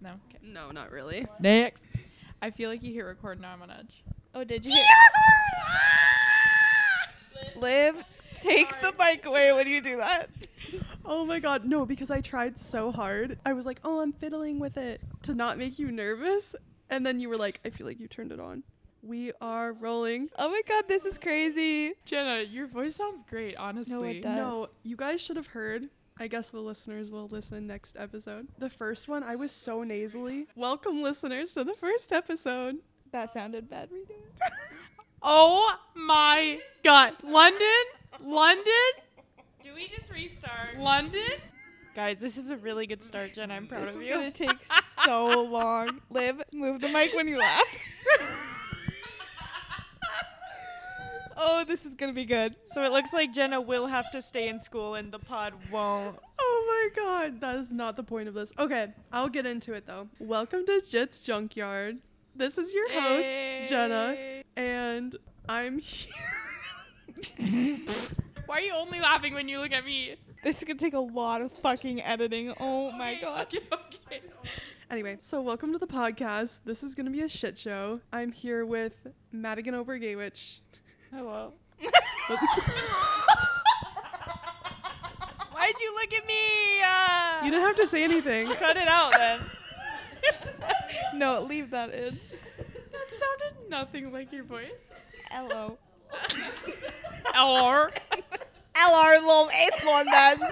No. Okay. No, not really. Next. Mm. I feel like you hit record now. I'm on edge. Oh, did you? Liv, take the mic away when you do that. Oh my god, no, because I tried so hard. I was like, oh, I'm fiddling with it to not make you nervous. And then you were like, I feel like you turned it on. We are rolling. Oh my god, this is crazy. Jenna, your voice sounds great. Honestly. does. No, Yes. you guys should have heard. I guess the listeners will listen next episode. The first one, I was so nasally. Welcome, listeners, to the first episode. That sounded bad. Redo it. Oh my God, London, London, Do we just restart? London. Guys, this is a really good start, Jen. I'm proud this of is you. gonna take so long. Liv, move the mic when you laugh. oh, this is gonna be good. So it looks like Jenna will have to stay in school and the pod won't. Oh my god, that is not the point of this. Okay, I'll get into it though. Welcome to Jits Junkyard. This is your host, Jenna, and I'm here. Why are you only laughing when you look at me? This is gonna take a lot of fucking editing. Oh my Okay, god. Okay, okay. Anyway, so welcome to the podcast. This is going to be a shit show. I'm here with Madigan Obergaywitch. Oh, Hello. Why'd you look at me? Uh, You didn't have to say anything. cut it out then. No, leave that in. That sounded nothing like your voice. LO. Or LR lol eighth London.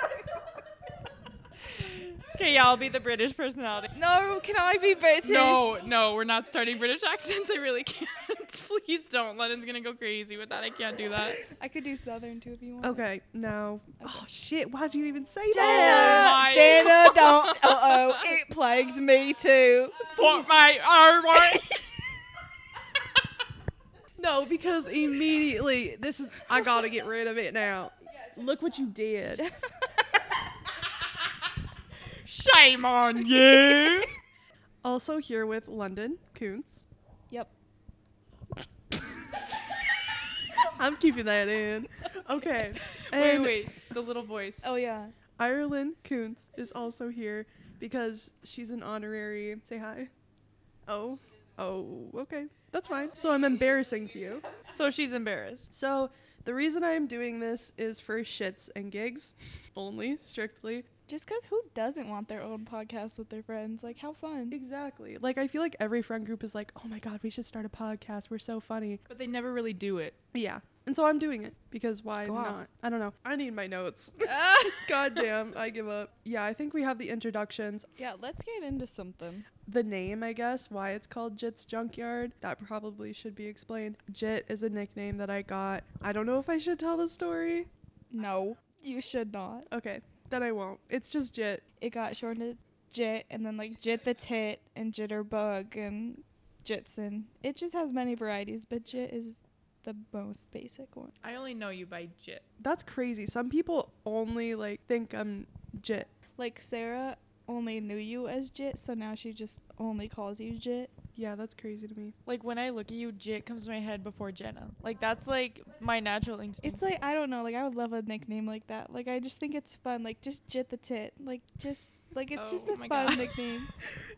Okay, yeah, I'll be the British personality. No, can I be British? no, no, we're not starting British accents. I really can't. Please don't. London's gonna go crazy with that. I can't do that. I could do Southern too if you want. Okay, no. Oh shit, why'd you even say Oh that? my- Jenna, don't. Uh oh, it plagues me too. Put my arm on. No, because immediately, this is, I got to get rid of it now. Look what you did. Shame on you. Also here with London Koontz. Yep. I'm keeping that in. Okay. Wait, and wait. The little voice. Oh yeah. Ireland Koontz is also here because she's an honorary. Say hi. Oh, oh, okay. That's fine. So I'm embarrassing to you. So she's embarrassed. So the reason I'm doing this is for shits and gigs only, strictly. Just because who doesn't want their own podcast with their friends? Like, how fun. Exactly. Like, I feel like every friend group is like, oh my God, we should start a podcast. We're so funny. But they never really do it. Yeah. And so I'm doing it because why Go off. not? I don't know. I need my notes. God damn, I give up. Yeah, I think we have the introductions. Yeah, let's get into something. the name, I guess, why it's called Jit's Junkyard. That probably should be explained. Jit is a nickname that I got. I don't know if I should tell the story. No, you should not. Okay, then I won't. It's just Jit. It got shortened to Jit, and then like Jit the Tit and Jitterbug and Jitson. It just has many varieties, but Jit is the most basic one. I only know you by Jit. That's crazy. Some people only like think I'm Jit. Like Sarah only knew you as Jit, so now she just only calls you Jit. Yeah, that's crazy to me. Like when I look at you, Jit comes to my head before Jenna. Like that's like my natural instinct. It's like I don't know, like I would love a nickname like that. Like I just think it's fun, like just Jit the Tit. Like just like it's just Oh a my fun God. nickname.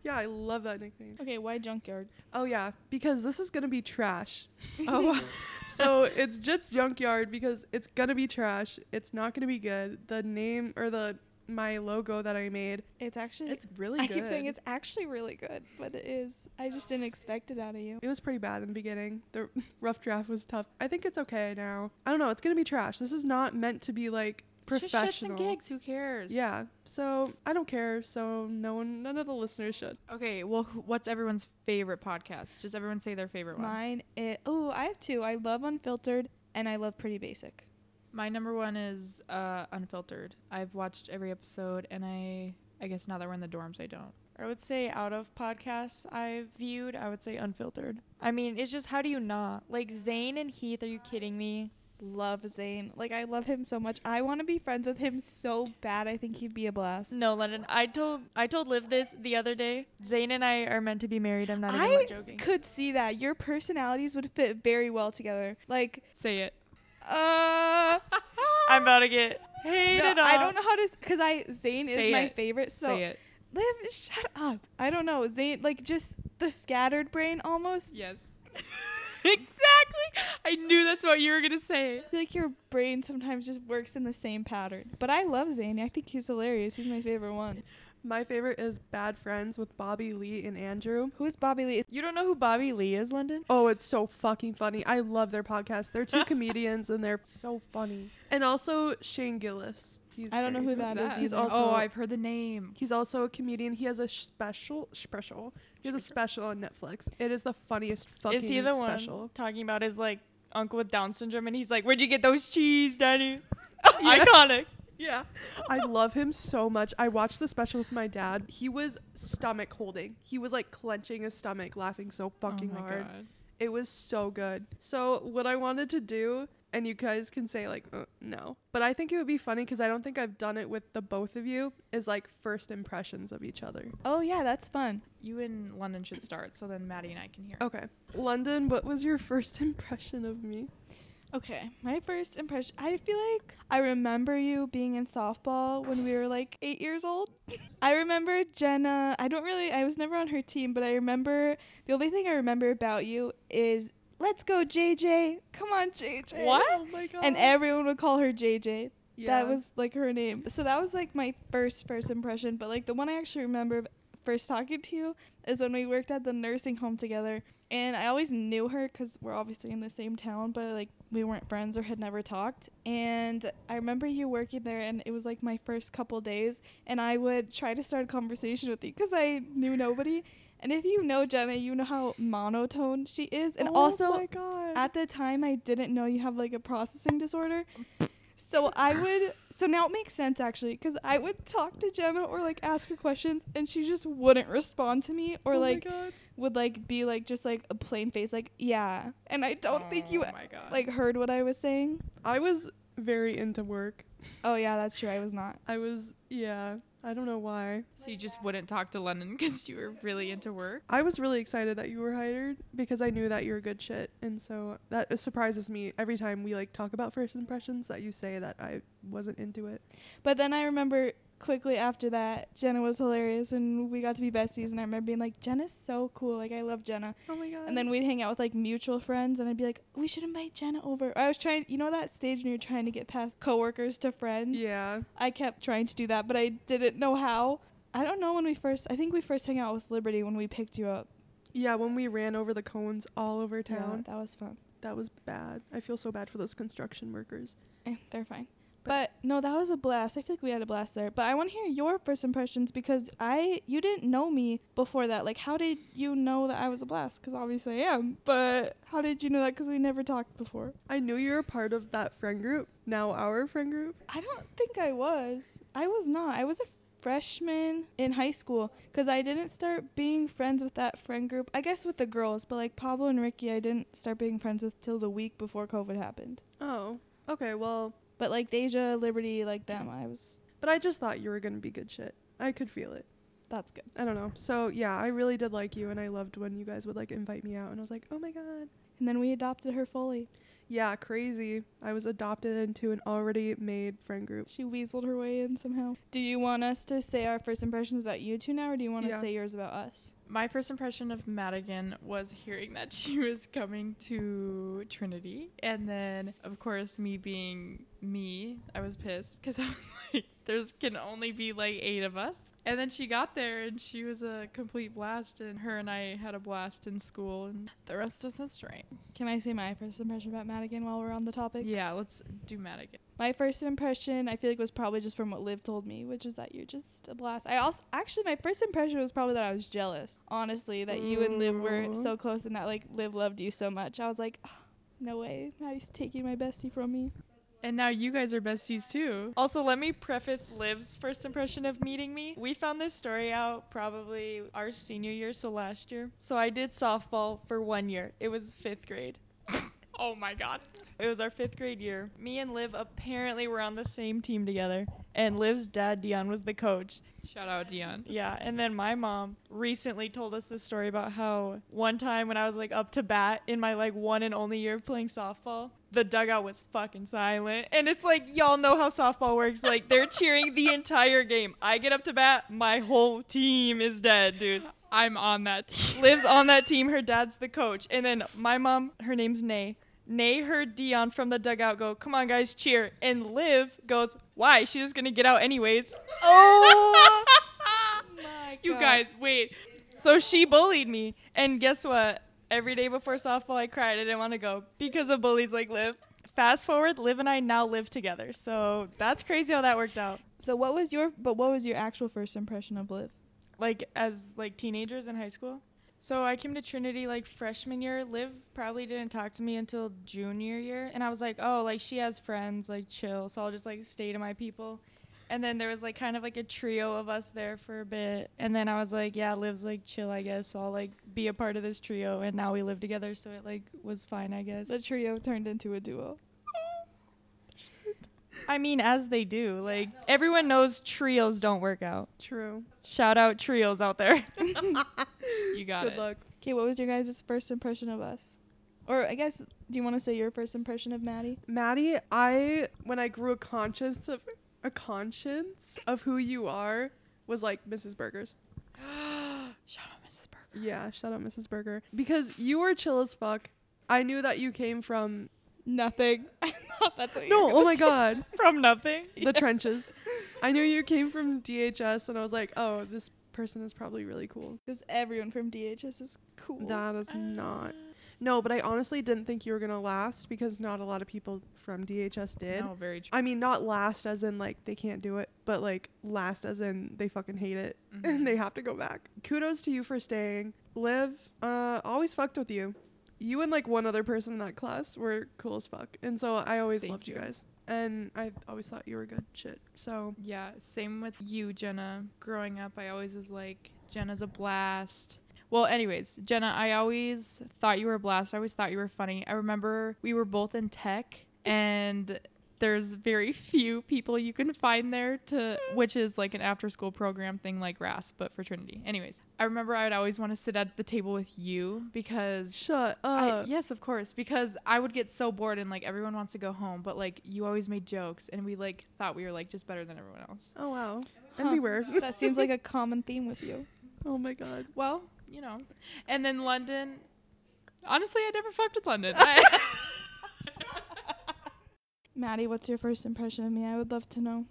Yeah, I love that nickname. Okay, why junkyard? Oh yeah, because this is gonna be trash. Oh, so it's Jit's Junkyard because it's gonna be trash. It's not gonna be good. The name or the my logo that I made It's actually It's really I good. keep saying it's actually really good, but it is. I just didn't expect it out of you. It was pretty bad in the beginning. The rough draft was tough. I think it's okay now. I don't know. It's gonna be trash. This is not meant to be like professional. Just shits and gigs. Who cares? Yeah. So I don't care. So no one, none of the listeners should. Okay. Well, wh- what's everyone's favorite podcast? Just everyone say their favorite one. Mine is oh, I have two. I love unfiltered and I love pretty basic. My number one is uh, Unfiltered. I've watched every episode, and I I guess now that we're in the dorms, I don't. I would say out of podcasts I've viewed, I would say unfiltered. I mean, it's just how do you not? Like Zayn and Heath, are you kidding me? Love Zayn. Like I love him so much. I want to be friends with him so bad. I think he'd be a blast. No, London. I told I told Liv this the other day. Zayn and I are meant to be married. I'm not even I joking. could see that. Your personalities would fit very well together. Like Say it. uh I'm about to get hated no, on. I don't know how to because I Zayn Say is my it. favorite. So say it. Liv, shut up. I don't know. Zane, like just the scattered brain almost. Yes. exactly. I knew that's what you were gonna say. I feel like your brain sometimes just works in the same pattern. But I love Zane. I think he's hilarious. He's my favorite one. My favorite is Bad Friends with Bobby Lee and Andrew. Who is Bobby Lee? You don't know who Bobby Lee is, London? Oh, it's so fucking funny. I love their podcast. They're two comedians and they're so funny. And also Shane Gillis. He's I don't know great. who Who's that is. that? He's either. also Oh, I've heard the name. He's also a comedian. He has a sh- special special. He has a special on Netflix. It is the funniest fucking Is he the special. one talking about his like uncle with Down syndrome? And he's like, "Where'd you get those cheese, Danny?" Yeah. Iconic. Yeah. I love him so much. I watched the special with my dad. He was stomach holding. He was like clenching his stomach, laughing so fucking oh my hard. God. It was so good. So, what I wanted to do, and you guys can say, like, uh, no, but I think it would be funny because I don't think I've done it with the both of you, is like first impressions of each other. Oh yeah, that's fun. You and London should start, so then Maddie and I can hear. Okay. London, what was your first impression of me? Okay, my first impression. I feel like I remember you being in softball when we were like eight years old. I remember Jenna. I don't really. I was never on her team, but I remember the only thing I remember about you is "Let's go, JJ! Come on, JJ!" Oh my God. And everyone would call her JJ. Yeah. That was like her name. So that was like my first first impression. But like the one I actually remember of first talking to you is when we worked at the nursing home together. And I always knew her because we're obviously in the same town, but like we weren't friends or had never talked. And I remember you working there, and it was like my first couple days. And I would try to start a conversation with you because I knew nobody. And if you know Jenna, you know how monotone she is. And Oh also, my God. at the time I didn't know you have like a processing disorder. So I would so now it makes sense actually cuz I would talk to Jenna or like ask her questions and she just wouldn't respond to me or Oh my like God. would like be like just like a plain face like yeah. And I don't think you Oh my God. like heard what I was saying. I was very into work. Oh yeah, that's true. I was not. I was, yeah, I don't know why. So you just wouldn't talk to London because you were really into work. I was really excited that you were hired because I knew that you're good shit, and so that surprises me every time we like talk about first impressions that you say that I wasn't into it. But then I remember quickly after that Jenna was hilarious and we got to be besties and I remember being like Jenna's so cool. Like I love Jenna. Oh my god! And then we'd hang out with like mutual friends, and I'd be like, "We should invite Jenna over." Or I was trying, you know, that stage when you're trying to get past coworkers to friends. yeah, I kept trying to do that, but I didn't know how. I don't know when we first. I think we first hung out with Liberty when we picked you up. yeah, when we ran over the cones all over town, that was fun. that was bad. I feel so bad for those construction workers. Eh, they're fine. But no, that was a blast. I feel like we had a blast there. But I want to hear your first impressions because I, you didn't know me before that. Like, how did you know that I was a blast? Because obviously I am. But how did you know that? Because we never talked before. I knew you were a part of that friend group, now our friend group. I don't think I was. I was not. I was a freshman in high school because I didn't start being friends with that friend group. I guess with the girls, but like Pablo and Ricky, I didn't start being friends with till the week before COVID happened. Oh, okay, well, But like Deja, Liberty, like them, I was. but I just thought you were gonna be good shit. I could feel it. That's good. I don't know. So yeah, I really did like you, and I loved when you guys would like invite me out, and I was like, oh my god. And then we adopted her fully. Yeah, crazy. I was adopted into an already made friend group. She weaseled her way in somehow. Do you want us to say our first impressions about you two now, or do you want to Yeah. say yours about us? My first impression of Madigan was hearing that she was coming to Trinity. And then, of course, me being me, I was pissed because I was like, there's can only be like eight of us. And then she got there and she was a complete blast. And her and I had a blast in school, and the rest is history. Can I say my first impression about Madigan while we're on the topic? Yeah, let's do Madigan. My first impression, I feel like, was probably just from what Liv told me, which is that you're just a blast. I also actually my first impression was probably that I was jealous, honestly, that you and Liv were Aw. so close and that like Liv loved you so much. I was like, "Ah, no way, Maddie's taking my bestie from me. And now you guys are besties too. Also, let me preface Liv's first impression of meeting me. We found this story out probably our senior year, so last year. So I did softball for one year. It was fifth grade. Oh my god. It was our fifth grade year. Me and Liv apparently were on the same team together, and Liv's dad, Dion, was the coach. Shout out Dion. Yeah, and then my mom recently told us this story about how one time when I was like up to bat in my like one and only year of playing softball, the dugout was fucking silent. And it's like y'all know how softball works. Like they're cheering the entire game. I get up to bat, my whole team is dead, dude. I'm on that team. Lives on that team, her dad's the coach. And then my mom, her name's Nay. Nay heard Dion from the dugout go, Come on guys, cheer. And Liv goes, Why? She's just gonna get out anyways. Oh, My you God. guys, wait. so she bullied me. And guess what? Every day before softball, I cried. I didn't want to go because of bullies like Liv. Fast forward, Liv and I now live together. So that's crazy how that worked out. So what was your but what was your actual first impression of Liv? Like as like teenagers in high school. So I came to Trinity like freshman year. Liv probably didn't talk to me until junior year, and I was like, oh, like she has friends, like chill. So I'll just like stay to my people. And then there was like kind of like a trio of us there for a bit. And then I was like, yeah, Liv's like chill, I guess. So I'll like be a part of this trio. And now we live together. So it like was fine, I guess. The trio turned into a duo. I mean, as they do. Like everyone knows trios don't work out. True. Shout out trios out there. You got Good it. luck. Okay, what was your guys' first impression of us? Or I guess do you want to say your first impression of Maddie? Maddie, I when I grew a conscience of a conscience of who you are was like Mrs. Burgers. Shout out Mrs. Burger. Yeah, shout out Mrs. Burger because you were chill as fuck. I knew that you came from Nothing. I thought that's what no, oh my god, From nothing. the trenches. I knew you came from DHS, and I was like, oh, this person is probably really cool. Because everyone from DHS is cool. That is not. No, but I honestly didn't think you were gonna last because not a lot of people from DHS did. No, very true. I mean, not last as in like they can't do it, but like last as in they fucking hate it Mhm. and they have to go back. Kudos to you for staying. Liv, uh, always fucked with you. You and like one other person in that class were cool as fuck, and so I always Thank loved you. you. guys, and I always thought you were good shit. So Yeah, same with you, Jenna. Growing up, I always was like, Jenna's a blast. Well, anyways, Jenna, I always thought you were a blast. I always thought you were funny. I remember we were both in tech, and there's very few people you can find there to, which is like an after school program thing like RAS, but for Trinity. Anyways, I remember I would always want to sit at the table with you because shut I, up. yes, of course, because I would get so bored and like everyone wants to go home, but like you always made jokes and we like thought we were like just better than everyone else. Oh wow, Huh. and we were. that seems like a common theme with you. oh my god. Well, you know. And then London. Honestly, I never fucked with London. I- Maddie, what's your first impression of me? I would love to know.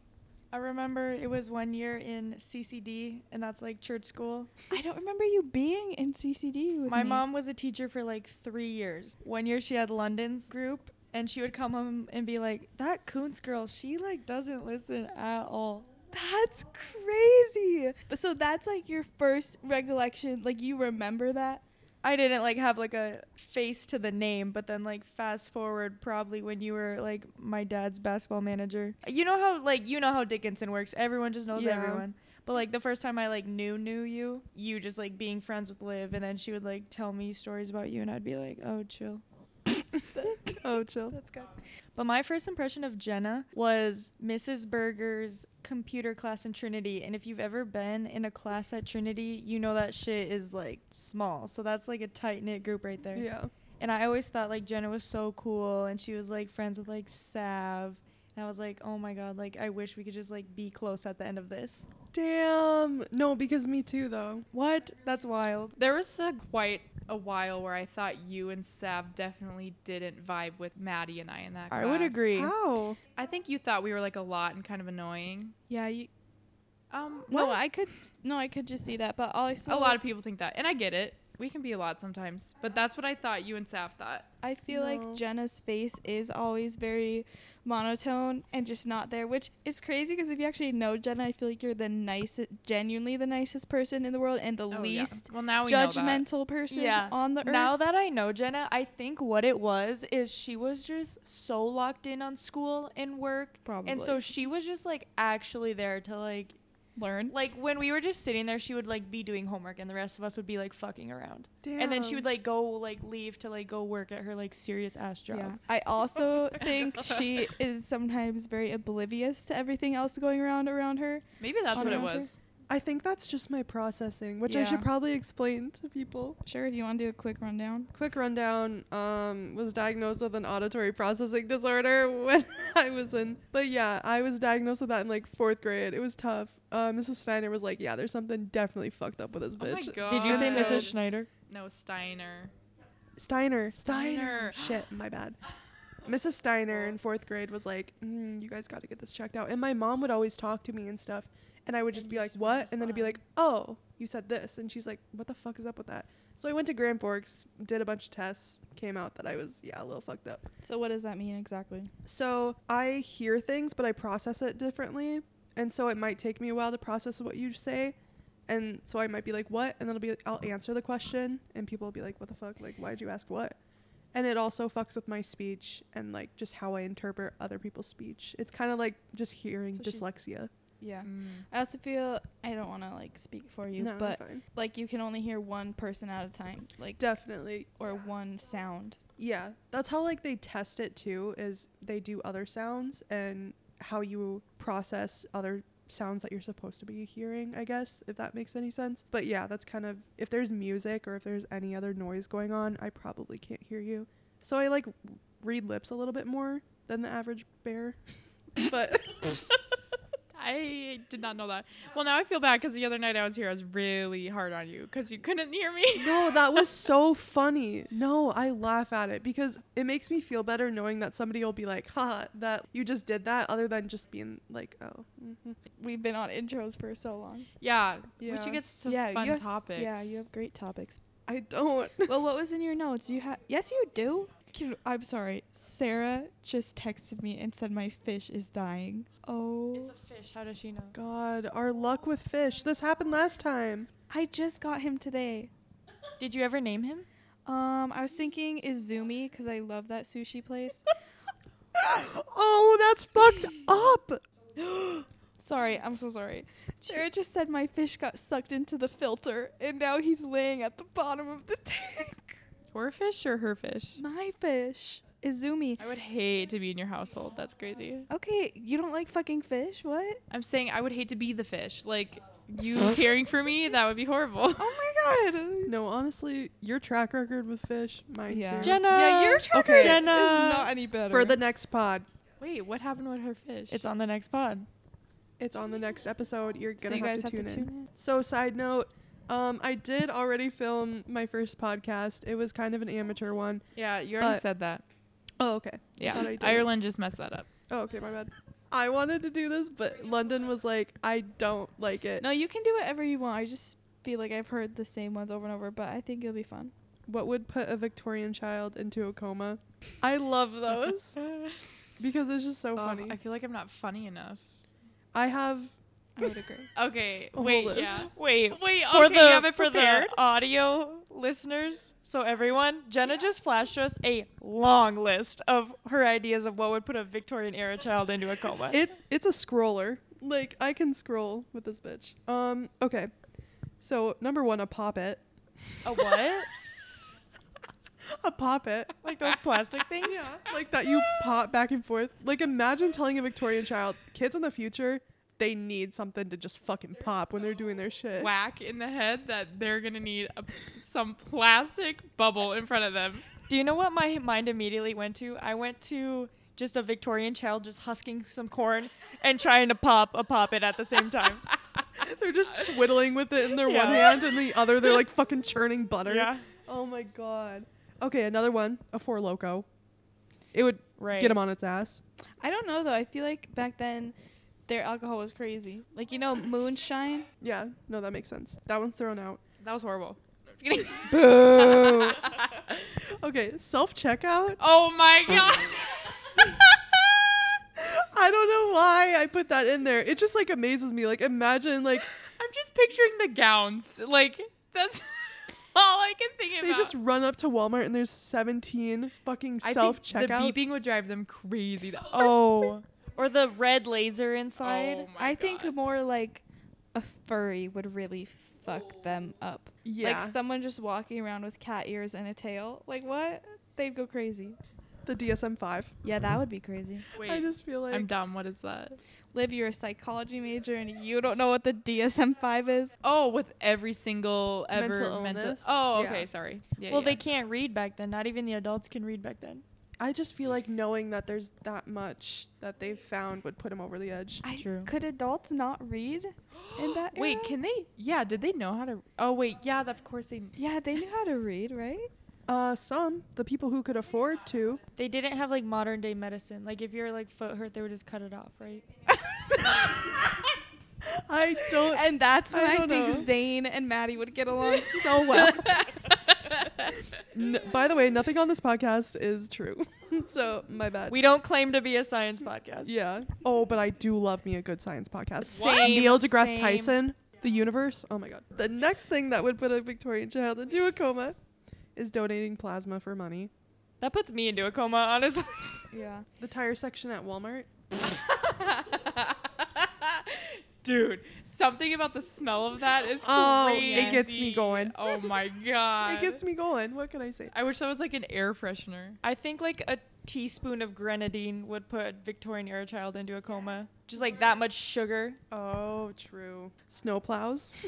I remember it was one year in CCD, and that's like church school. I don't remember you being in CCD with My me. mom was a teacher for like three years. One year she had London's group, and she would come home and be like, "That Coons girl, she like doesn't listen at all." That's crazy. But so that's like your first recollection. Like you remember that. I didn't like have like a face to the name, but then like fast forward probably when you were like my dad's basketball manager. You know how like you know how Dickinson works. Everyone just knows Yeah. everyone. But like the first time I like knew knew you, you just like being friends with Liv and then she would like tell me stories about you and I'd be like, "Oh, chill." Oh chill. That's good. But my first impression of Jenna was Mrs. Berger's computer class in Trinity. And if you've ever been in a class at Trinity, you know that shit is like small. So that's like a tight knit group right there. Yeah. And I always thought like Jenna was so cool and she was like friends with like Sav. And I was like, oh my God, like I wish we could just like be close at the end of this. Damn. No, because me too though. What? That's wild. there was a, quite a while where I thought you and Sav definitely didn't vibe with Maddie and I in that class. I would agree. How? I think you thought we were like a lot and kind of annoying. Yeah. You, Um, no, I could. No, I could just see that. But also, a lot of people think that, and I get it. We can be a lot sometimes, but that's what I thought you and Sav thought. I feel No. like Jenna's face is always very monotone and just not there, which is crazy because if you actually know Jenna, I feel like you're the nicest, genuinely the nicest person in the world and the Oh, yeah. least Well, now we know that. judgmental person Yeah. on the earth. Now that I know Jenna, I think what it was is she was just so locked in on school and work. Probably. And so she was just like actually there to like learn. Like when we were just sitting there, she would like be doing homework, and the rest of us would be like fucking around. And then she would like go like leave to like go work at her like serious ass job. Yeah. I also think she is sometimes very oblivious to everything else going around around her. Maybe that's what it Around her. was. I think that's just my processing, which I Yeah. should probably explain to people. Sure, do you want to do a quick rundown? Quick rundown. Um, was diagnosed with an auditory processing disorder when I was in, but yeah, I was diagnosed with that in like fourth grade. It was tough. Uh, Mrs. Steiner was like, "Yeah, there's something definitely fucked up with this Oh my bitch." god. Did you say So- Mrs. Schneider? No, Steiner. Steiner. Steiner. Shit, my bad. Mrs. Steiner in fourth grade was like, mm, "You guys got to get this checked out." And my mom would always talk to me and stuff, and I would just And be you like, just wouldn't "What?" And then I'd be like, "Oh, you said this," and she's like, "What the fuck is up with that?" So I went to Grand Forks, did a bunch of tests, came out that I was yeah a little fucked up. So what does that mean exactly? So I hear things, but I process it differently, and so it might take me a while to process what you say. And so I might be like, "What?" And then I'll be, I'll answer the question, and people will be like, "What the fuck? Like, why'd you ask what?" And it also fucks with my speech and like just how I interpret other people's speech. It's kind of like just hearing So she's- dyslexia. Yeah. Mm. I also feel I don't want to like speak for you, No, but fine. like you can only hear one person at a time, like definitely, or one sound. yeah. That's how like they test it too. Is they do other sounds and how you process other sounds that you're supposed to be hearing. I guess if that makes any sense. But yeah, that's kind of if there's music or if there's any other noise going on, I probably can't hear you. So I like read lips a little bit more than the average bear. but I did not know that. Well, now I feel bad because the other night I was here, I was really hard on you because you couldn't hear me. No, that was so funny. No, I laugh at it because it makes me feel better knowing that somebody will be like, ha, that you just did that, other than just being like, oh. hmm We've been on intros for so long. Yeah, Yeah. which you get some you fun have, s- topics. Yeah, you have great topics. I don't. well, what was in your notes? You have Yes, you do. Can- I'm sorry. Sarah just texted me and said my fish is dying. It's Oh. a fish. How does she know? God, our luck with fish. This happened last time. I just got him today. Did you ever name him? Um, I was thinking Izumi because I love that sushi place. oh, that's fucked up. sorry, I'm so sorry. Sarah just said my fish got sucked into the filter and now he's laying at the bottom of the tank. Your fish or her fish? My fish. Izumi. I would hate to be in your household. That's crazy. Okay, you don't like fucking fish? What? I'm saying I would hate to be the fish. Like you caring for me, that would be horrible. Oh my god. No, honestly, your track record with fish, mine Yeah. too. Jen- Jenna. Yeah, your tracker Okay. is Jenna. any better. For the next pod, Wait, what happened with her fish? it's on the next pod. it's on the next episode. You're so gonna you guys have to tune in. in. So, side note, um, I did already film my first podcast. It was kind of an amateur one. yeah, you already But- said that. Oh, okay. Yeah, thought I did. Ireland just messed that up. Oh, okay, my bad. I wanted to do this, but London was like, I don't like it. No, you can do whatever you want. I just feel like I've heard the same ones over and over, but I think it'll be fun. What would put a Victorian child into a coma? I love those because it's just so Oh, funny. I feel like I'm not funny enough. I have I would agree. Okay, A whole wait, list. yeah. Wait. Wait, okay, for you have the it for prepared? the audio listeners. So everyone, Jenna just flashed us a long list of her ideas of what would put a Victorian era child into a coma. it. It's a scroller. Like I can scroll with this bitch. Um. Okay. So number one, a poppet. a what? A poppet. like those plastic things? Yeah, like that you pop back and forth. Like imagine telling a Victorian child, kids in the future, they need something to just fucking pop when they're doing their shit. Whack in the head that they're gonna need a, some plastic bubble in front of them. Do you know what my mind immediately went to? I went to just a Victorian child just husking some corn and trying to pop a poppet at the same time. They're just twiddling with it in their Yeah. one hand and the other they're like fucking churning butter. yeah. Oh my god. Okay, another one, a four loco. It would Right. get him on its ass. I don't know though. I feel like back then their alcohol was crazy. Like you know moonshine? Yeah, no, that makes sense. That one's thrown out. That was horrible. No, I'm kidding. Boo. okay, self checkout. oh my god. I don't know why I put that in there. It just like amazes me. Like imagine like I'm just picturing the gowns. Like that's all I can think They about. just run up to Walmart and there's 17 fucking I think self The beeping checkouts. would drive them crazy. Oh. Or the Oh. red laser inside. Oh my I think God. more like a furry would really fuck them up. Yeah. Like someone just walking around with cat ears and a tail. Like what? They'd go crazy. the DSM five. Yeah, that would be crazy. Wait, I just feel like I'm dumb. What is that? Liv, you're a psychology major and you don't know what the DSM five is. Oh, with every single ever Mental mental. illness? oh, Yeah. okay, sorry. Yeah, well, yeah. they can't read back then. Not even the adults can read back then. I just feel like knowing that there's that much that they've found would put him over the edge. I, True. Could adults not read in that? Wait, era? can they? Yeah, did they know how to? Oh, wait, yeah, of course they. Yeah, they knew how to read, right? Uh, some the people who could afford to. They didn't have like modern day medicine. Like if your like foot hurt, they would just cut it off, right? I don't. And that's when I I, don't think know. Zayn and Maddie would get along so well. N- by the way, nothing on this podcast is true. so my bad. We don't claim to be a science podcast. yeah. Oh, but I do love me a good science podcast. Same, Neil deGrasse same. Tyson, the universe. Oh my god. The next thing that would put a Victorian child into a coma is donating plasma for money. That puts me into a coma, honestly. yeah. The tire section at Walmart. Dude, something about the smell of that is Oh, crazy. it gets me going. Oh my god. It gets me going. What can I say? I wish that was like an air freshener. I think like a teaspoon of grenadine would put Victorian era child into a coma. Just like that much sugar. Oh, true. Snow plows.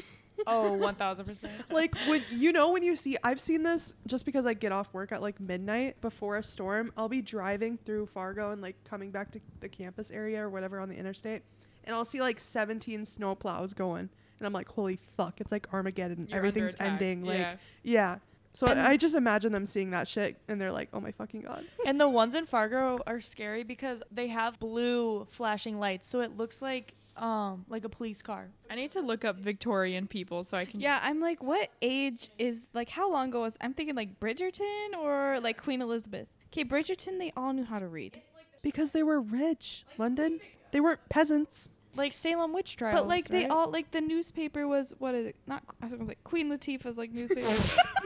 Oh, 1000%. like when you know when you see I've seen this just because I get off work at like midnight before a storm. I'll be driving through Fargo and like coming back to the campus area or whatever on the interstate, and I'll see like 17 snow plows going, and I'm like, holy fuck! It's like Armageddon. You're under Everything's attack. ending. Like yeah. Yeah. So I I just imagine them seeing that shit and they're like, oh my fucking god. And the ones in Fargo are scary because they have blue flashing lights, so it looks like um like a police car. I need to look up Victorian people so I can. Yeah, I'm like, what age is like how long ago was I'm thinking like Bridgerton or like Queen Elizabeth. Okay, Bridgerton, they all knew how to read. Because they were rich. London. They weren't peasants. Like Salem witch trials. But like they right? all like the newspaper was what is it? Not I think it was like Queen Latifah's like newspaper.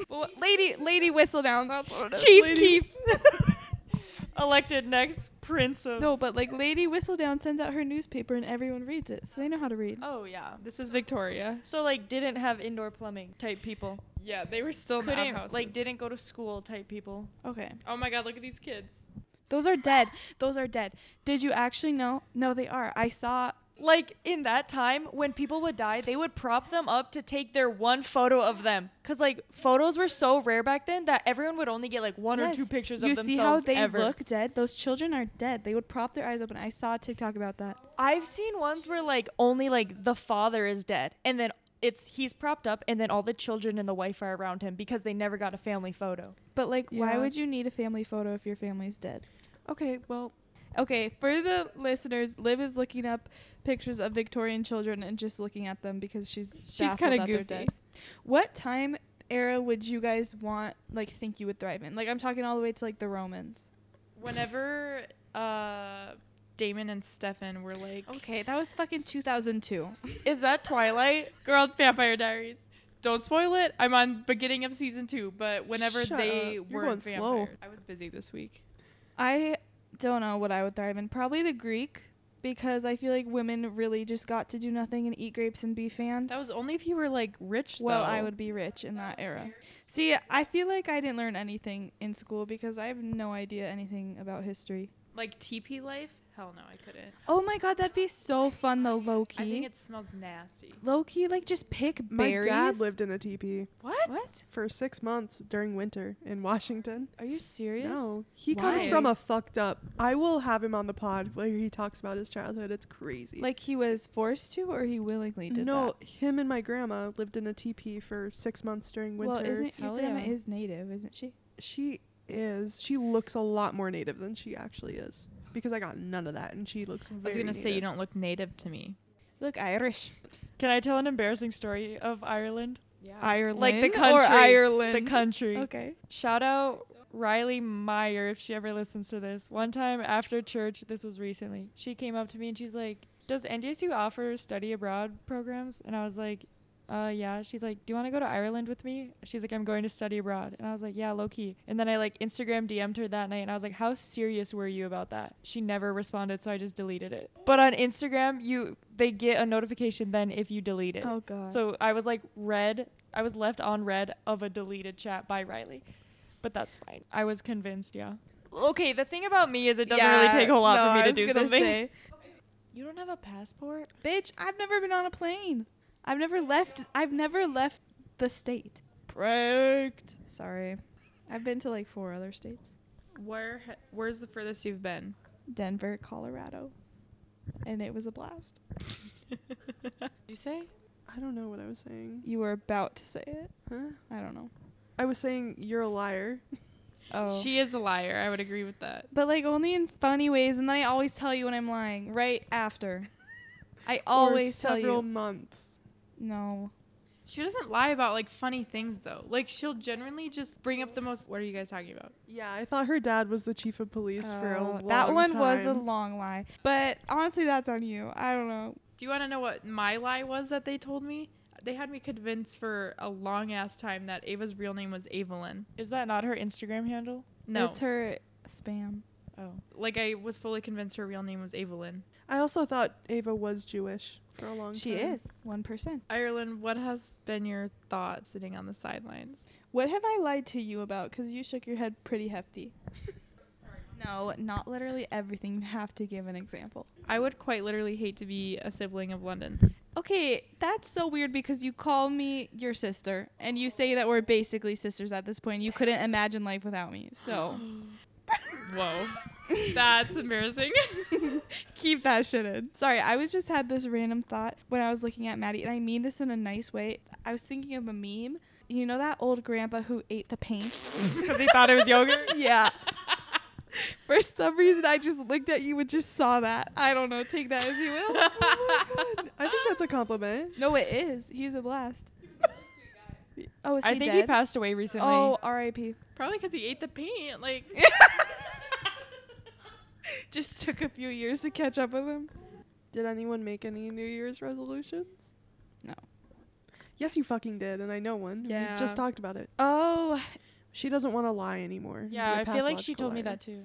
But what- lady Lady Whistledown, that's what it is. Chief Lady- Keef elected next prince of No, but like Lady Whistledown sends out her newspaper and everyone reads it, so they know how to read. Oh yeah. This is Victoria. So like didn't have indoor plumbing type people. Yeah, they were still in the Couldn't like outhouses. didn't go to school type people. Okay. Oh my god, look at these kids. Those are dead. Those are dead. Did you actually know? No, they are. I saw Like in that time when people would die, they would prop them up to take their one photo of them cuz like photos were so rare back then that everyone would only get like one or Yes. two pictures you of see how themselves they ever. look dead? Those children are dead. They would prop their eyes open. I saw a TikTok about that. I've seen ones where like only like the father is dead and then it's he's propped up and then all the children and the wife are around him because they never got a family photo. But like, why Yeah. would you need a family photo if your family's dead? Okay, well, Okay, for the listeners, Liv is looking up pictures of Victorian children and just looking at them because she's She's baffled kinda that they're goofy. dead. What time era would you guys want like think you would thrive in? Like I'm talking all the way to like the Romans. Whenever uh, Damon and Stefan were like, Okay, that was fucking 2002. Is that Twilight? Girl Vampire Diaries. Don't spoil it. I'm on beginning of season two, but whenever Shut up. they You're were going vampires, slow. I was busy this week. I don't know what I would thrive in. Probably the Greek because I feel like women really just got to do nothing and eat grapes and be fanned. That was only if you were like rich. Well, though. I would be rich in that era. See, I feel like I didn't learn anything in school because I have no idea anything about history. like TP life. Hell no, I couldn't. Oh my god, that'd be so Oh, fun though, low I think key. it smells nasty. Low key, like just pick my berries. dad lived in a teepee What? What? for six months during winter in Washington. Are you serious? No, he comes Why? from a fucked up. I will have him on the pod where he talks about his childhood. It's crazy. Like he was forced to, or he willingly did no, that. him and my grandma lived in a teepee for six months during winter. Well, isn't your Hell grandma yeah. is native, isn't she? she is. She looks a lot more native than she actually is because I got none of that, and she looks. Very I was gonna say you don't look native to me. Look Irish. Can I tell an embarrassing story of Ireland? Yeah. Uh, Ireland. Like the Or country. Ireland. The country. Okay. Shout out Riley Meyer if she ever listens to this. One time after church, this was recently, she came up to me and she's like, Does NDSU offer study abroad programs? And I was like, uh, yeah. She's like, do you want to go to Ireland with me? She's like, I'm going to study abroad. And I was like, yeah, low key. And then I like Instagram DM'd her that night and I was like, how serious were you about that? She never responded, so I just deleted it. But on Instagram, you they get a notification then if you delete it. Oh god. So I was like red. I was left on red of a deleted chat by Riley. But that's fine. I was convinced, yeah. Okay, the thing about me is it doesn't really take a whole lot no, for me I to was do gonna something. say, You don't have a passport? Bitch, I've never been on a plane. I've never left. I've never left the state. Pranked. Sorry, I've been to like four other states: Where ha- where's the furthest you've been? Denver, Colorado, and it was a blast. you say? I don't know what I was saying. You were about to say it. Huh? I don't know. I was saying you're a liar. Oh, She is a liar. I would agree with that. but like only in funny ways, and then I always tell you when I'm lying right after. I always For tell several you. months. No. She doesn't lie about like funny things though. Like she'll generally just bring up the most. What are you guys talking about? Yeah, I thought her dad was the chief of police for a Oh, long that one was a time. long lie, but honestly, that's on you. I don't know. Do you want to know what my lie was that they told me? They had me convinced for a long ass time that Ava's real name was Evelyn. Is that not her Instagram handle? No, it's her spam. Oh. like I was fully convinced her real name was Evelyn. I also thought Ava was Jewish for a long She time. is one percent. Ireland, what has been your thought sitting on the sidelines? what have I lied to you about? Because you shook your head pretty hefty. No, not literally everything. You have to give an example. I would quite literally hate to be a sibling of London's. Okay, that's so weird because you call me your sister and you say that we're basically sisters at this point. You couldn't imagine life without me. So Whoa, that's embarrassing. keep that shit in. Sorry, I was just had this random thought when I was looking at Maddie, and I mean this in a nice way. I was thinking of a meme. You know that old grandpa who ate the paint? Because he thought it was yogurt? yeah. For some reason, I just looked at you and just saw that. I don't know. Take that as you will. Oh I think that's a compliment. No, it is. He's a blast. Oh, is he I think dead? he passed away recently. Oh, R.I.P. Probably because he ate the paint. Like Just took a few years to catch up with him. Did anyone make any New Year's resolutions? No. Yes, you fucking did, and I know one. Yeah. We just talked about it. Oh, She doesn't want to lie anymore. yeah, You're I a feel like she pathological told me liar. that too.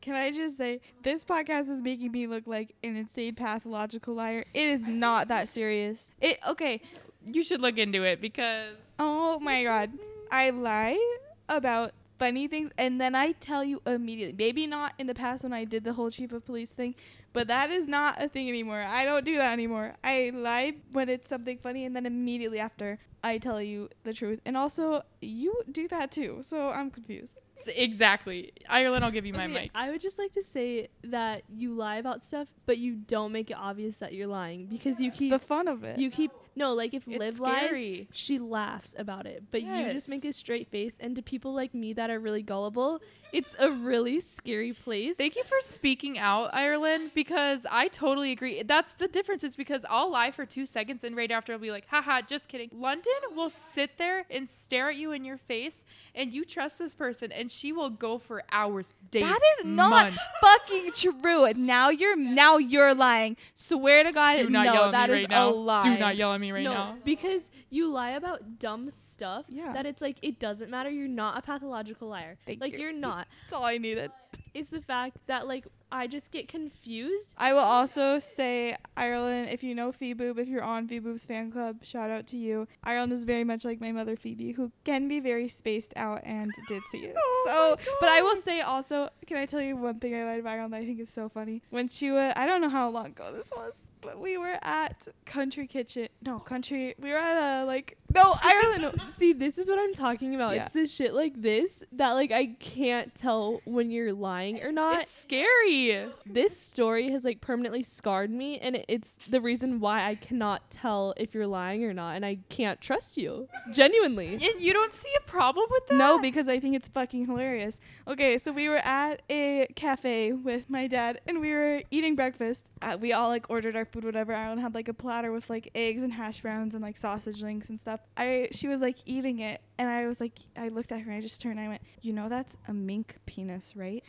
can I just say this podcast is making me look like an insane pathological liar. It is not that serious. It okay. you should look into it because Oh my god. I lie about funny things and then I tell you immediately. Maybe not in the past when I did the whole chief of police thing, but that is not a thing anymore. I don't do that anymore. I lie when it's something funny and then immediately after I tell you the truth. And also, you do that too. So I'm confused. exactly. Ireland, I'll give you my Okay, mic. I would just like to say that you lie about stuff, but you don't make it obvious that you're lying because you It's keep the fun of it. you keep no like if It's Liv lies, scary. she laughs about it, but you Yes. just make a straight face. And to people like me that are really gullible, it's a really scary place. Thank you for speaking out, Ireland, because I totally agree. That's the difference. It's because I'll lie for two seconds and right after I'll be like, haha, just kidding. London will sit there and stare at you in your face, and you trust this person, and she will go for hours, days. That is not months. fucking true. Now you're now you're lying. Swear to God, Do not no, yell at that me is right now. a lie. Do not yell at me right no, now. because you lie about dumb stuff Yeah. that it's like it doesn't matter. You're not a pathological liar. Thank like you. you're not. That's all I needed. It's the fact that like I just get confused. I will also say, Ireland, if you know Feeboob, if you're on Feeboob's fan club, shout out to you. Ireland is very much like my mother, Phoebe, who can be very spaced out and did see it. so, but I will say also, can I tell you one thing I lied about Ireland that I think is so funny? When she was, I don't know how long ago this was, but we were at Country Kitchen. No, Country, we were at a, like, no, Ireland. See, this is what I'm talking about. Yeah. It's the shit like this that like I can't tell when you're lying or not. It's scary. this story has like permanently scarred me and it- it's the reason why I cannot tell if you're lying or not and I can't trust you. Genuinely. And you don't see a problem with that? No, because I think it's fucking hilarious. Okay, so we were at a cafe with my dad, and we were eating breakfast. Uh, we all like ordered our food, whatever. Alan had like a platter with like eggs and hash browns and like sausage links and stuff. I she was like eating it, and I was like, I looked at her, and I just turned, and I went, you know, that's a mink penis, right?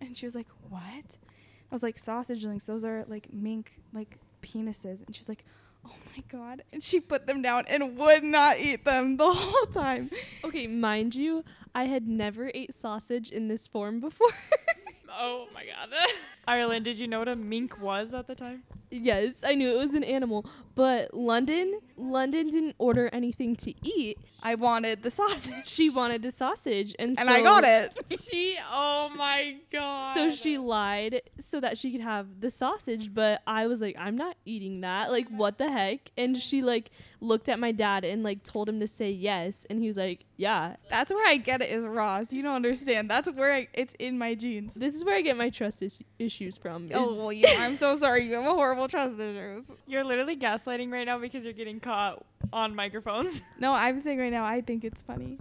And she was like, what? I was like, sausage links. Those are like mink like penises, and she's like, Oh my god. And she put them down and would not eat them the whole time. Okay, mind you, I had never ate sausage in this form before. Oh my god. Ireland, did you know what a mink was at the time? yes, I knew it was an animal, but London, London didn't order anything to eat. I wanted the sausage. She wanted the sausage, and and so I got it. she. Oh my god. So she lied so that she could have the sausage, but I was like, I'm not eating that. Like, what the heck? And she like looked at my dad and like told him to say yes, and he was like, Yeah. That's where I get it is Ross. You don't understand. That's where I, it's in my genes. This is where I get my trust is- issues from. is- Oh well, you, I'm so sorry. You have a horrible trust issues. You're literally gaslighting right now because you're getting caught on microphones. No, I'm saying right now I think it's funny.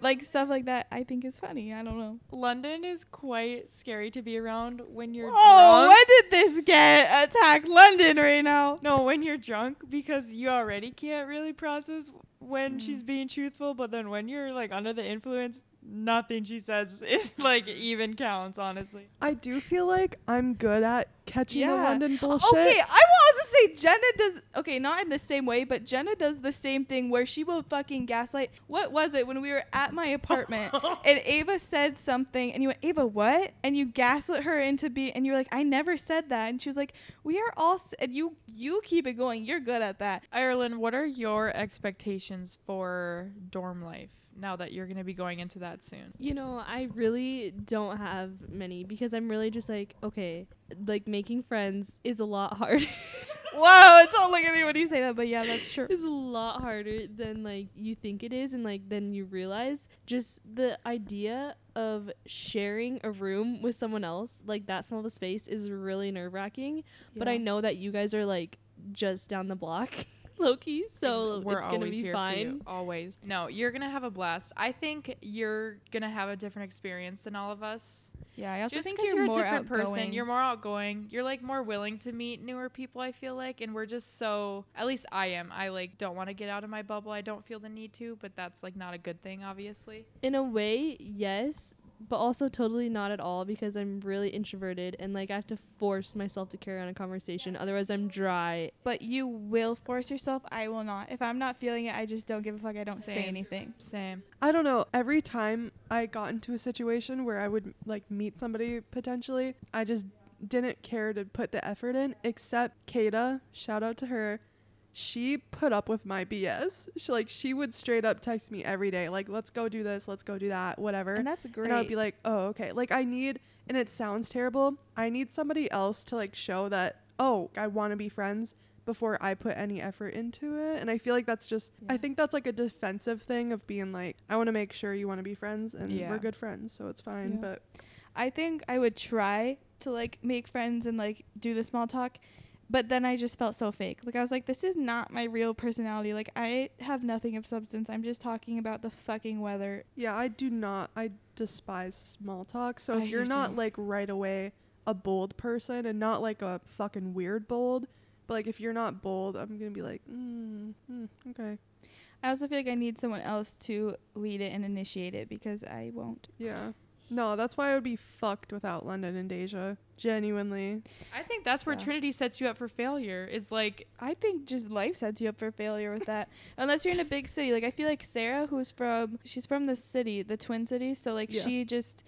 Like stuff like that I think is funny. I don't know. London is quite scary to be around when you're Oh, drunk. when did this get attack London right now? No, when you're drunk because you already can't really process when she's being truthful, but then when you're like under the influence, nothing she says is like even counts, honestly. I do feel like I'm good at catching the Yeah. London bullshit. Okay, I will also say Jenna does okay, not in the same way, but Jenna does the same thing where she will fucking gaslight. What was it when we were at my apartment and Ava said something and you went, Ava, what? And you gaslit her into being and you're like, I never said that. And she was like, We are all s-, and you you keep it going. You're good at that. Ireland, what are your expectations for dorm life now that you're going to be going into that soon? You know, I really don't have many because I'm really just like, okay, like making friends is a lot harder. Whoa, don't look at me when you say that, but yeah, that's true. It's a lot harder than like you think it is and like then you realize just the idea of sharing a room with someone else like that small of a space is really nerve-wracking but i know that you guys are like just down the block loki so Ex- we're it's gonna always be here for you, fine Always. No, you're gonna have a blast. I think you're gonna have a different experience than all of us. Yeah, I also Just think because you're, you're, more a different person, outgoing. you're more outgoing. You're like more willing to meet newer people. I feel like, and we're just so. At least I am. I like don't want to get out of my bubble. I don't feel the need to, but that's like not a good thing, obviously. in a way yes but also totally not at all because i'm really introverted and like i have to force myself to carry on a conversation otherwise i'm dry but you will force yourself. I will not. If I'm not feeling it, I just don't give a fuck. I don't say Same. anything. Same. I don't know. Every time I got into a situation where I would like meet somebody potentially, I just didn't care to put the effort in, except Kada, shout out to her. She put up with my BS. She like she would straight up text me every day, like, let's go do this, let's go do that, whatever. And that's great. And I would be like, oh, okay. Like I need, and it sounds terrible. I need somebody else to like show that, oh, I want to be friends before I put any effort into it. And I feel like that's just, I think that's like a defensive thing of being like, I want to make sure you want to be friends and Yeah. we're good friends. So it's fine. Yeah. But I think I would try to like make friends and like do the small talk, but then I just felt so fake. Like I was like, this is not my real personality. Like I have nothing of substance. I'm just talking about the fucking weather. yeah, I do not, I despise small talk. So I if you're do not too. like right away a bold person and not like a fucking weird bold, but like if you're not bold, I'm going to be like, mm, mm, okay. I also feel like I need someone else to lead it and initiate it because I won't. Yeah. No, that's why I would be fucked without London and Deja. Genuinely. I think that's where Yeah. Trinity sets you up for failure. Is like I think just life sets you up for failure with that. Unless you're in a big city. Like I feel like Sarah who's from she's from the city, the Twin Cities, so like Yeah. she just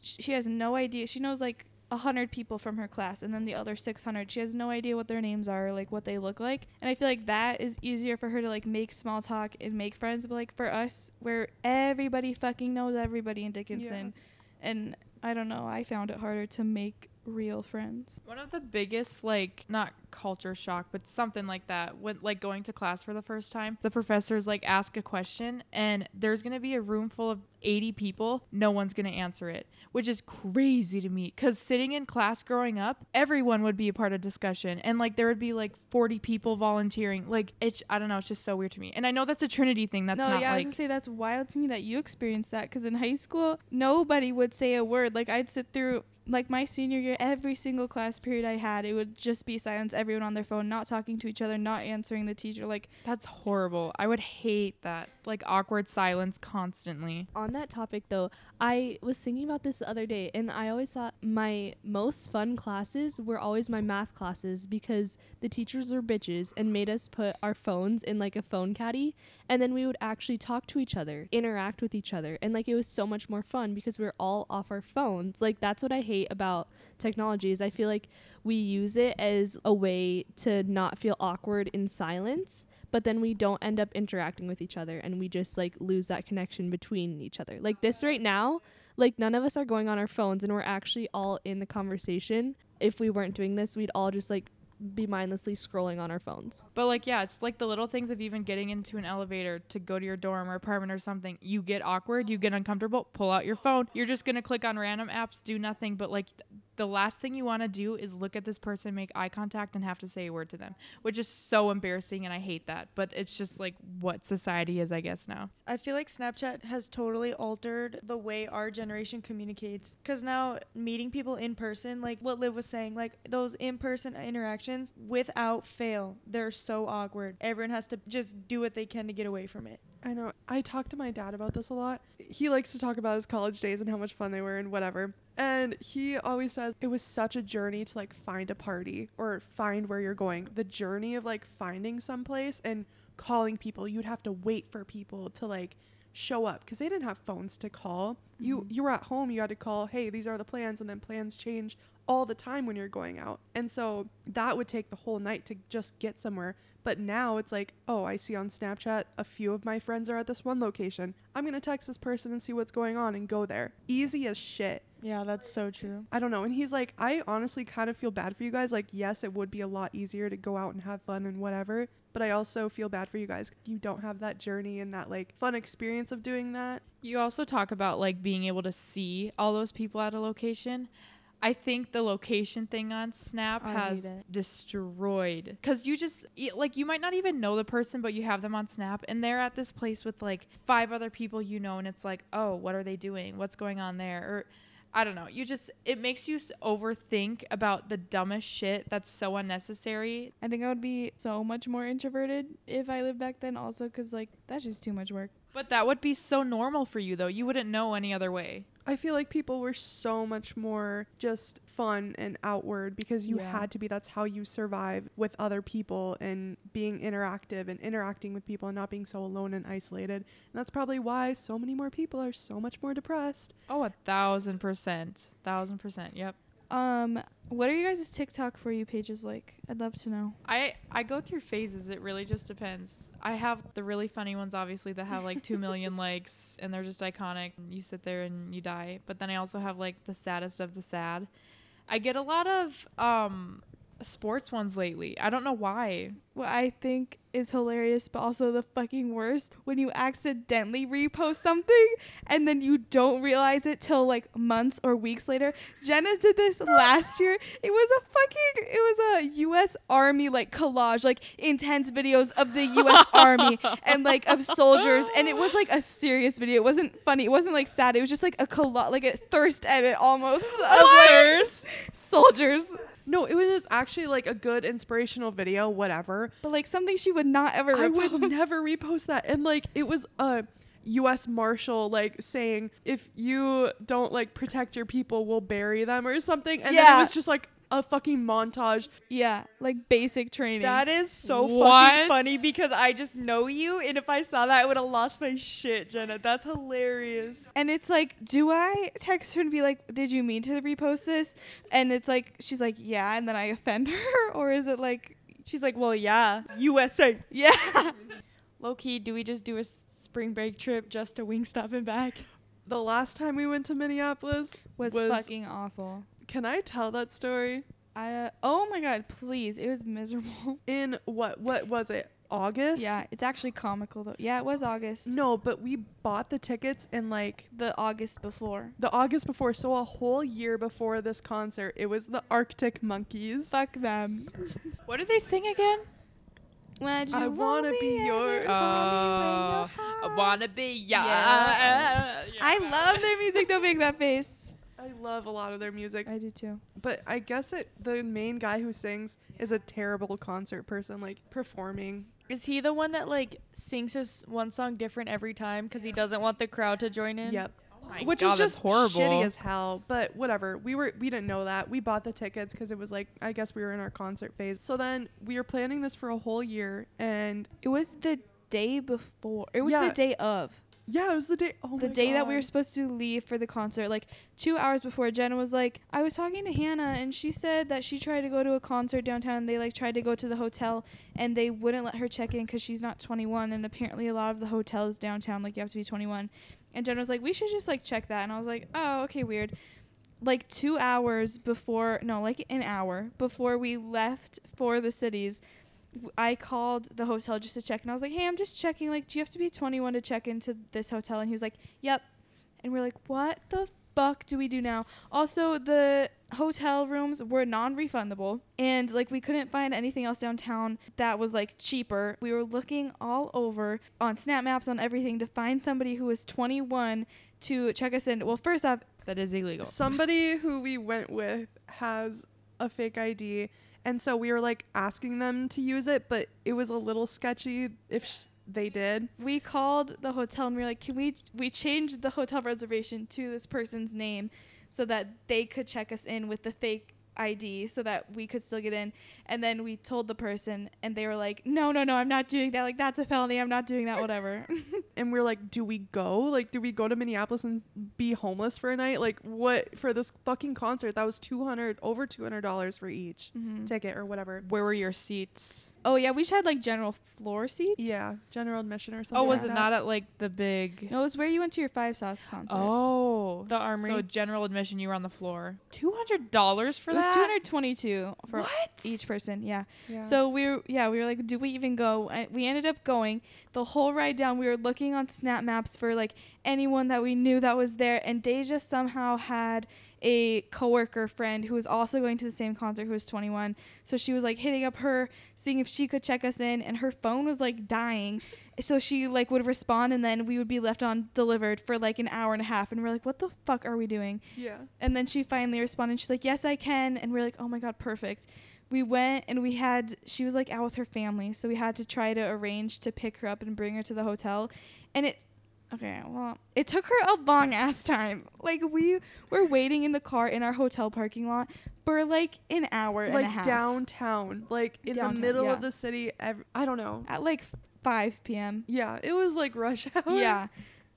she has no idea. She knows like a 100 people from her class and then the other 600 she has no idea what their names are like what they look like and i feel like that is easier for her to like make small talk and make friends but like for us where everybody fucking knows everybody in dickinson and i don't know i found it harder to make real friends One of the biggest, like, not culture shock, but something like that, when like going to class for the first time, the professors like ask a question, and there's gonna be a room full of 80 people, no one's gonna answer it, which is crazy to me. Cause sitting in class growing up, everyone would be a part of discussion, and like there would be like 40 people volunteering. Like, it's I don't know, it's just so weird to me. And I know that's a Trinity thing. That's no, not yeah, I was like gonna say that's wild to me that you experienced that because in high school nobody would say a word. Like I'd sit through like my senior year, every single class period I had, it would just be silence, everyone on their phone, not talking to each other, not answering the teacher. Like, That's horrible. I would hate that. Like awkward silence constantly. On that topic though, I was thinking about this the other day and I always thought my most fun classes were always my math classes because the teachers were bitches and made us put our phones in like a phone caddy and then we would actually talk to each other, interact with each other and like it was so much more fun because we were all off our phones. Like that's what I hate about technology is I feel like we use it as a way to not feel awkward in silence but then we don't end up interacting with each other and we just like lose that connection between each other. Like this right now, like none of us are going on our phones and we're actually all in the conversation. If we weren't doing this, we'd all just like be mindlessly scrolling on our phones. But like yeah, it's like the little things of even getting into an elevator to go to your dorm or apartment or something. You get awkward, you get uncomfortable, pull out your phone. You're just going to click on random apps, do nothing, but like th- the last thing you want to do is look at this person, make eye contact and have to say a word to them, which is so embarrassing and I hate that. But it's just like what society is, I guess now. I feel like Snapchat has totally altered the way our generation communicates. Because now meeting people in person, like what Liv was saying, like those in person interactions without fail, they're so awkward. Everyone has to just do what they can to get away from it. I know. I talk to my dad about this a lot. He likes to talk about his college days and how much fun they were and whatever. And he always says it was such a journey to like find a party or find where you're going. The journey of like finding someplace and calling people. You'd have to wait for people to like show up because they didn't have phones to call. You you were at home, you had to call, "Hey, these are the plans." And then plans change all the time when you're going out. And so that would take the whole night to just get somewhere. But now it's like, oh, I see on Snapchat a few of my friends are at this one location. I'm going to text this person and see what's going on and go there. Easy as shit. Yeah, that's so true. I don't know. And he's like, I honestly kind of feel bad for you guys. Like, yes, it would be a lot easier to go out and have fun and whatever. But I also feel bad for you guys. You don't have that journey and that like fun experience of doing that. You also talk about like being able to see all those people at a location. I think the location thing on Snap I hate has it. destroyed because you just y- like you might not even know the person, but you have them on Snap and they're at this place with like five other people you know, and it's like, oh, what are they doing? What's going on there? Or I don't know. You just it makes you s- overthink about the dumbest shit that's so unnecessary. I think I would be so much more introverted if I lived back then, also, because, like, that's just too much work. But that would be so normal for you though. You wouldn't know any other way. I feel like people were so much more just fun and outward because you Yeah. had to be. That's how you survive with other people and being interactive and interacting with people and not being so alone and isolated. And that's probably why so many more people are so much more depressed. Oh, a thousand percent, thousand percent. Yep. Um, what are you guys' TikTok for you pages like? I'd love to know. I I go through phases. It really just depends. I have the really funny ones, obviously, that have like two million likes and they're just iconic. You sit there and you die. But then I also have like the saddest of the sad. I get a lot of um sports ones lately. I don't know why. What I think is hilarious, but also the fucking worst when you accidentally repost something and then you don't realize it till like months or weeks later. Jenna did this last year. It was a fucking, it was a U.S. Army like collage, like intense videos of the U.S. Army and like of soldiers. And it was like a serious video. It wasn't funny. It wasn't like sad. It was just like a collage, like a thirst edit almost of like soldiers. No, it was actually like a good inspirational video, whatever. But like something she would not ever. I would repost. never repost that. And like it was a US Marshal like saying if you don't like protect your people, we'll bury them or something. And then Yeah. it was just like a fucking montage. Yeah, like basic training. That is so What? fucking funny because I just know you, and if I saw that, I would have lost my shit, Jenna. That's hilarious. and it's like, do I text her and be like, "Did you mean to repost this?" And it's like, she's like, "Yeah," and then I offend her, or is it like, She's like, well, yeah, USA. yeah? Low key, do we just do a s- spring break trip just to Wingstop and back? The last time we went to Minneapolis Was, was, fucking awful. Can I tell that story? I uh, oh my god, please, it was miserable. In what what was it? August? yeah, it's actually comical though. Yeah, it was August. No, but we bought the tickets in like the August before. the August before, so a whole year before this concert. It was the Arctic Monkeys. Fuck them. What did they sing again? Why'd you I wanna want be me yours. ever? Uh, I wanna be ya. uh, Yeah. I love their music. Don't make that face. I love a lot of their music, I do too. but I guess it the main guy who sings is a terrible concert person, like performing. Is he the one that like sings his one song different every time because he doesn't want the crowd to join in? Yep. Oh My Which God, is that's just horrible. shitty as hell, but whatever. We were we didn't know that. We bought the tickets because it was like I guess we were in our concert phase. So then we were planning this for a whole year, and It was the day before. It was Yeah. the day of. yeah, it was the day. Oh the my day that we God. were supposed to leave for the concert, like two hours before, Jenna was like, I was talking to Hannah and she said that she tried to go to a concert downtown. They like tried to go to the hotel and they wouldn't let her check in because she's not 21. And apparently, a lot of the hotels downtown, like you have to be 21. And Jenna was like, we should just like check that. And I was like, oh, okay, weird. Like two hours before, no, like an hour before we left for the cities, w- I called the hotel just to check, and I was like, "Hey, I'm just checking. Like, do you have to be 21 to check into this hotel?" And he was like, "Yep." And we're like, "What the fuck do we do now?" Also, the hotel rooms were non-refundable, and like we couldn't find anything else downtown that was like cheaper. We were looking all over on Snap Maps on everything to find somebody who was 21 to check us in. Well, first off, That is illegal. Somebody who we went with has a fake ID, and so we were like asking them to use it, but it was a little sketchy if sh- they did. we called the hotel and we were like, "Can we we changed the hotel reservation to this person's name so that they could check us in with the fake ID so that we could still get in." And then we told the person and they were like, "No, no, no, I'm not doing that. Like that's a felony. I'm not doing that whatever." And we are like, do we go? Like, do we go to Minneapolis and be homeless for a night? Like, what for this fucking concert? That was two hundred over two hundred dollars for each Mm-hmm. ticket or whatever. Where were your seats? oh yeah, we just had like general floor seats. Yeah, general admission or Oh, something. was like it that. not at like the big? No, it was where you went to your Five Sauce concert. Oh, The armory. So general admission, you were on the floor. Two hundred dollars for it was that. 222 for What? each person. Yeah. Yeah. So we were, yeah, we were like, do we even go? And we ended up going the whole ride down. We were looking on Snap Maps for like anyone that we knew that was there, and Deja somehow had a coworker friend who was also going to the same concert who was 21. So she was like hitting up her, seeing if she could check us in, and her phone was like dying. So she like would respond, and then we would be left on delivered for like an hour and a half, and we're like, what the fuck are we doing? yeah. And then she finally responded. She's like, "Yes, I can." And we're like, "Oh my god, perfect." We went and we had she was like out with her family, so we had to try to arrange to pick her up and bring her to the hotel. And it okay, well, it took her a long ass time. Like we were waiting in the car in our hotel parking lot for like an hour and a Like half. downtown, like in the Downtown, middle yeah. of the city. Ev- I don't know. at like 5 p.m. Yeah, it was like rush hour. Yeah.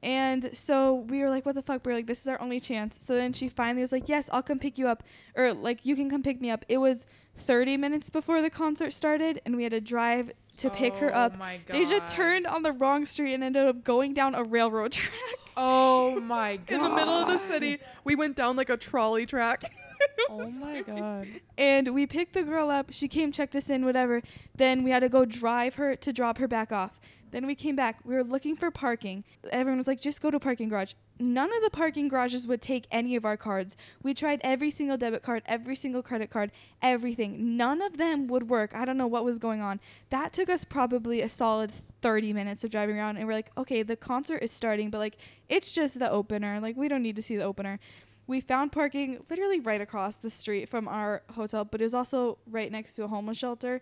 And so we were like, what the fuck? We were like, this is our only chance. So then she finally was like, yes, I'll come pick you up. Or like, you can come pick me up. It was 30 minutes before the concert started, and we had to drive to pick her Oh up. my god. Deja turned on the wrong street and ended up going down a railroad track. Oh my god. In the middle of the city, we went down like a trolley track. Oh my god. And we picked the girl up. She came, checked us in, whatever. Then we had to go drive her to drop her back off. Then we came back. We were looking for parking. Everyone was like, just go to parking garage. None of the parking garages would take any of our cards. We tried every single debit card, every single credit card, everything. None of them would work. I don't know what was going on. That took us probably a solid 30 minutes of driving around. And we're like, okay, the concert is starting, but like, it's just the opener. Like, we don't need to see the opener. We found parking literally right across the street from our hotel, but it was also right next to a homeless shelter.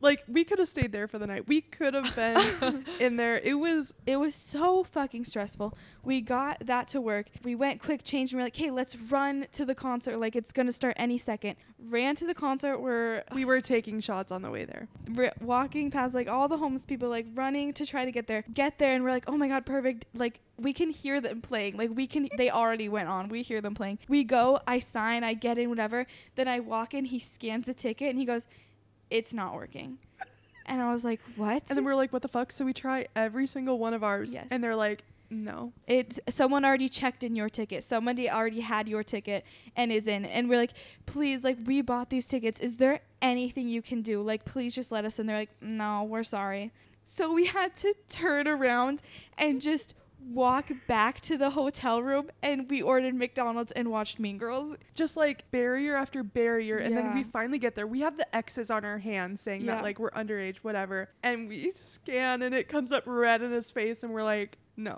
like we could have stayed there for the night. We could have been in there. It was It was so fucking stressful. We got that to work. We went quick change and we're like, hey, let's run to the concert. Like, it's going to start any second. Ran to the concert. We're we were taking shots on the way there. r- walking past like all the homeless people like running to try to get there get there and we're like oh my god perfect like we can hear them playing like we can they already went on we hear them playing we go i sign i get in whatever then i walk in he scans the ticket and he goes it's not working and i was like what And then we were like, what the fuck? So we try every single one of ours. Yes. And they're like, no. it's someone already checked in your ticket somebody already had your ticket and is in and we're like please like we bought these tickets is there anything you can do like please just let us in they're like no we're sorry so we had to turn around and just walk back to the hotel room and we ordered mcdonald's and watched mean girls Just like barrier after barrier. And then Yeah. we finally get there. We have the X's on our hands saying Yeah. that like we're underage, whatever. And we scan and it comes up red in his face and we're like, no.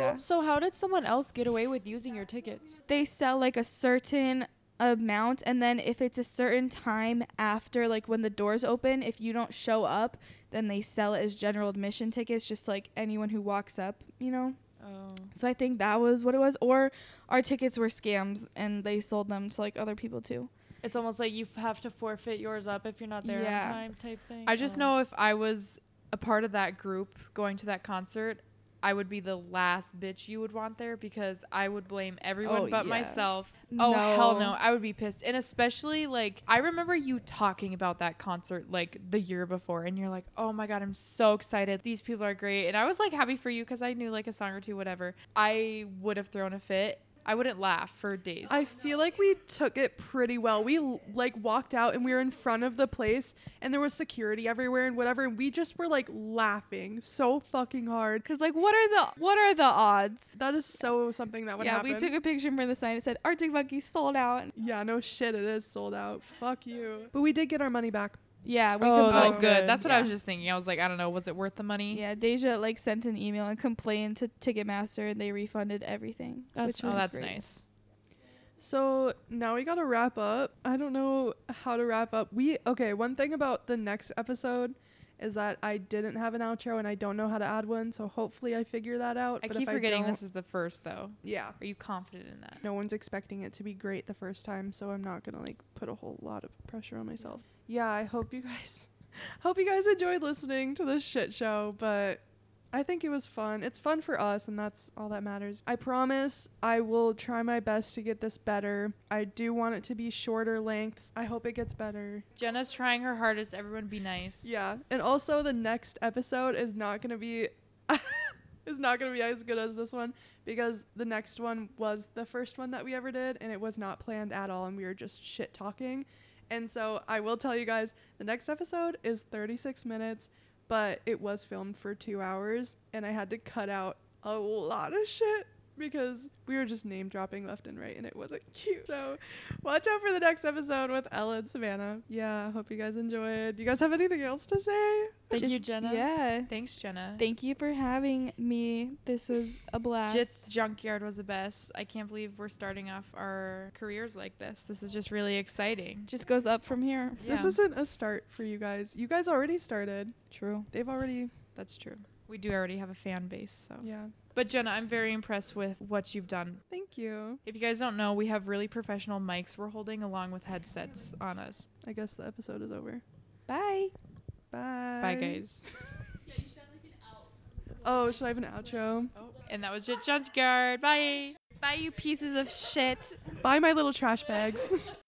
Yeah. So how did someone else get away with using your tickets? they sell like a certain amount and then if it's a certain time after like when the doors open if you don't show up then they sell it as general admission tickets just like anyone who walks up you know Oh. so i think that was what it was or our tickets were scams and they sold them to like other people too It's almost like you f- have to forfeit yours up if you're not there Yeah. on time type thing. I just Oh. know if I was a part of that group going to that concert, I would be the last bitch you would want there because I would blame everyone Oh, but yeah. myself. Oh hell no, No. I would be pissed. And especially like I remember you talking about that concert like the year before and you're like, "Oh my god, I'm so excited. These people are great." And I was like happy for you cuz I knew like a song or two whatever. I would have thrown a fit. I wouldn't laugh for days. I feel like we took it pretty well. We l- like walked out and we were in front of the place and there was security everywhere and whatever and we just were like laughing so fucking hard. because like what are the what are the odds That is so something that would yeah happen. we took a picture for the sign that said arctic monkey sold out and yeah, no shit, it is sold out. Fuck you. But we did get our money back. yeah we Oh, Oh, complained. good. good. That's what I Yeah. was just thinking. I was like, I don't know, was it worth the money? Yeah, Deja like sent an email and complained to Ticketmaster, and they refunded everything. That's which Oh, was that's great. nice. So now we gotta wrap up. I don't know how to wrap up. We okay. One thing about the next episode is that I didn't have an outro and I don't know how to add one. So hopefully I figure that out. I but keep if forgetting don't- this is the first though. Yeah. Are you confident in that? No one's expecting it to be great the first time, so I'm not gonna like put a whole lot of pressure on myself. Yeah, I hope you guys, hope you guys enjoyed listening to this shit show. But I think it was fun. It's fun for us, and that's all that matters. I promise I will try my best to get this better. I do want it to be shorter lengths. I hope it gets better. Jenna's trying her hardest. Everyone be nice. Yeah, and also the next episode is not gonna be is not gonna be as good as this one because the next one was the first one that we ever did, and it was not planned at all, and we were just shit talking. And so I will tell you guys, the next episode is 36 minutes, but it was filmed for two hours, and I had to cut out a lot of shit because we were just name dropping left and right, and it wasn't cute. So Watch out for the next episode with Ella and Savannah. Yeah, hope you guys enjoyed. Do you guys have anything else to say? Thank Just- you, Jenna. Yeah. Thanks, Jenna. Thank you for having me. This was a blast. Jits Junkyard was the best. I can't believe we're starting off our careers like this. This is just really exciting. Just goes up from here. Yeah, This isn't a start for you guys. You guys already started. True. They've already, that's true. We do already have a fan base, so. yeah. But Jenna, I'm very impressed with what you've done. Thank you. If you guys don't know, we have really professional mics we're holding along with headsets on us. I guess the episode is over. Bye. Bye. Bye, guys. Oh, should I have an outro? And that was Jits Junkyard. Bye. Bye, you pieces of shit. Bye, my little trash bags.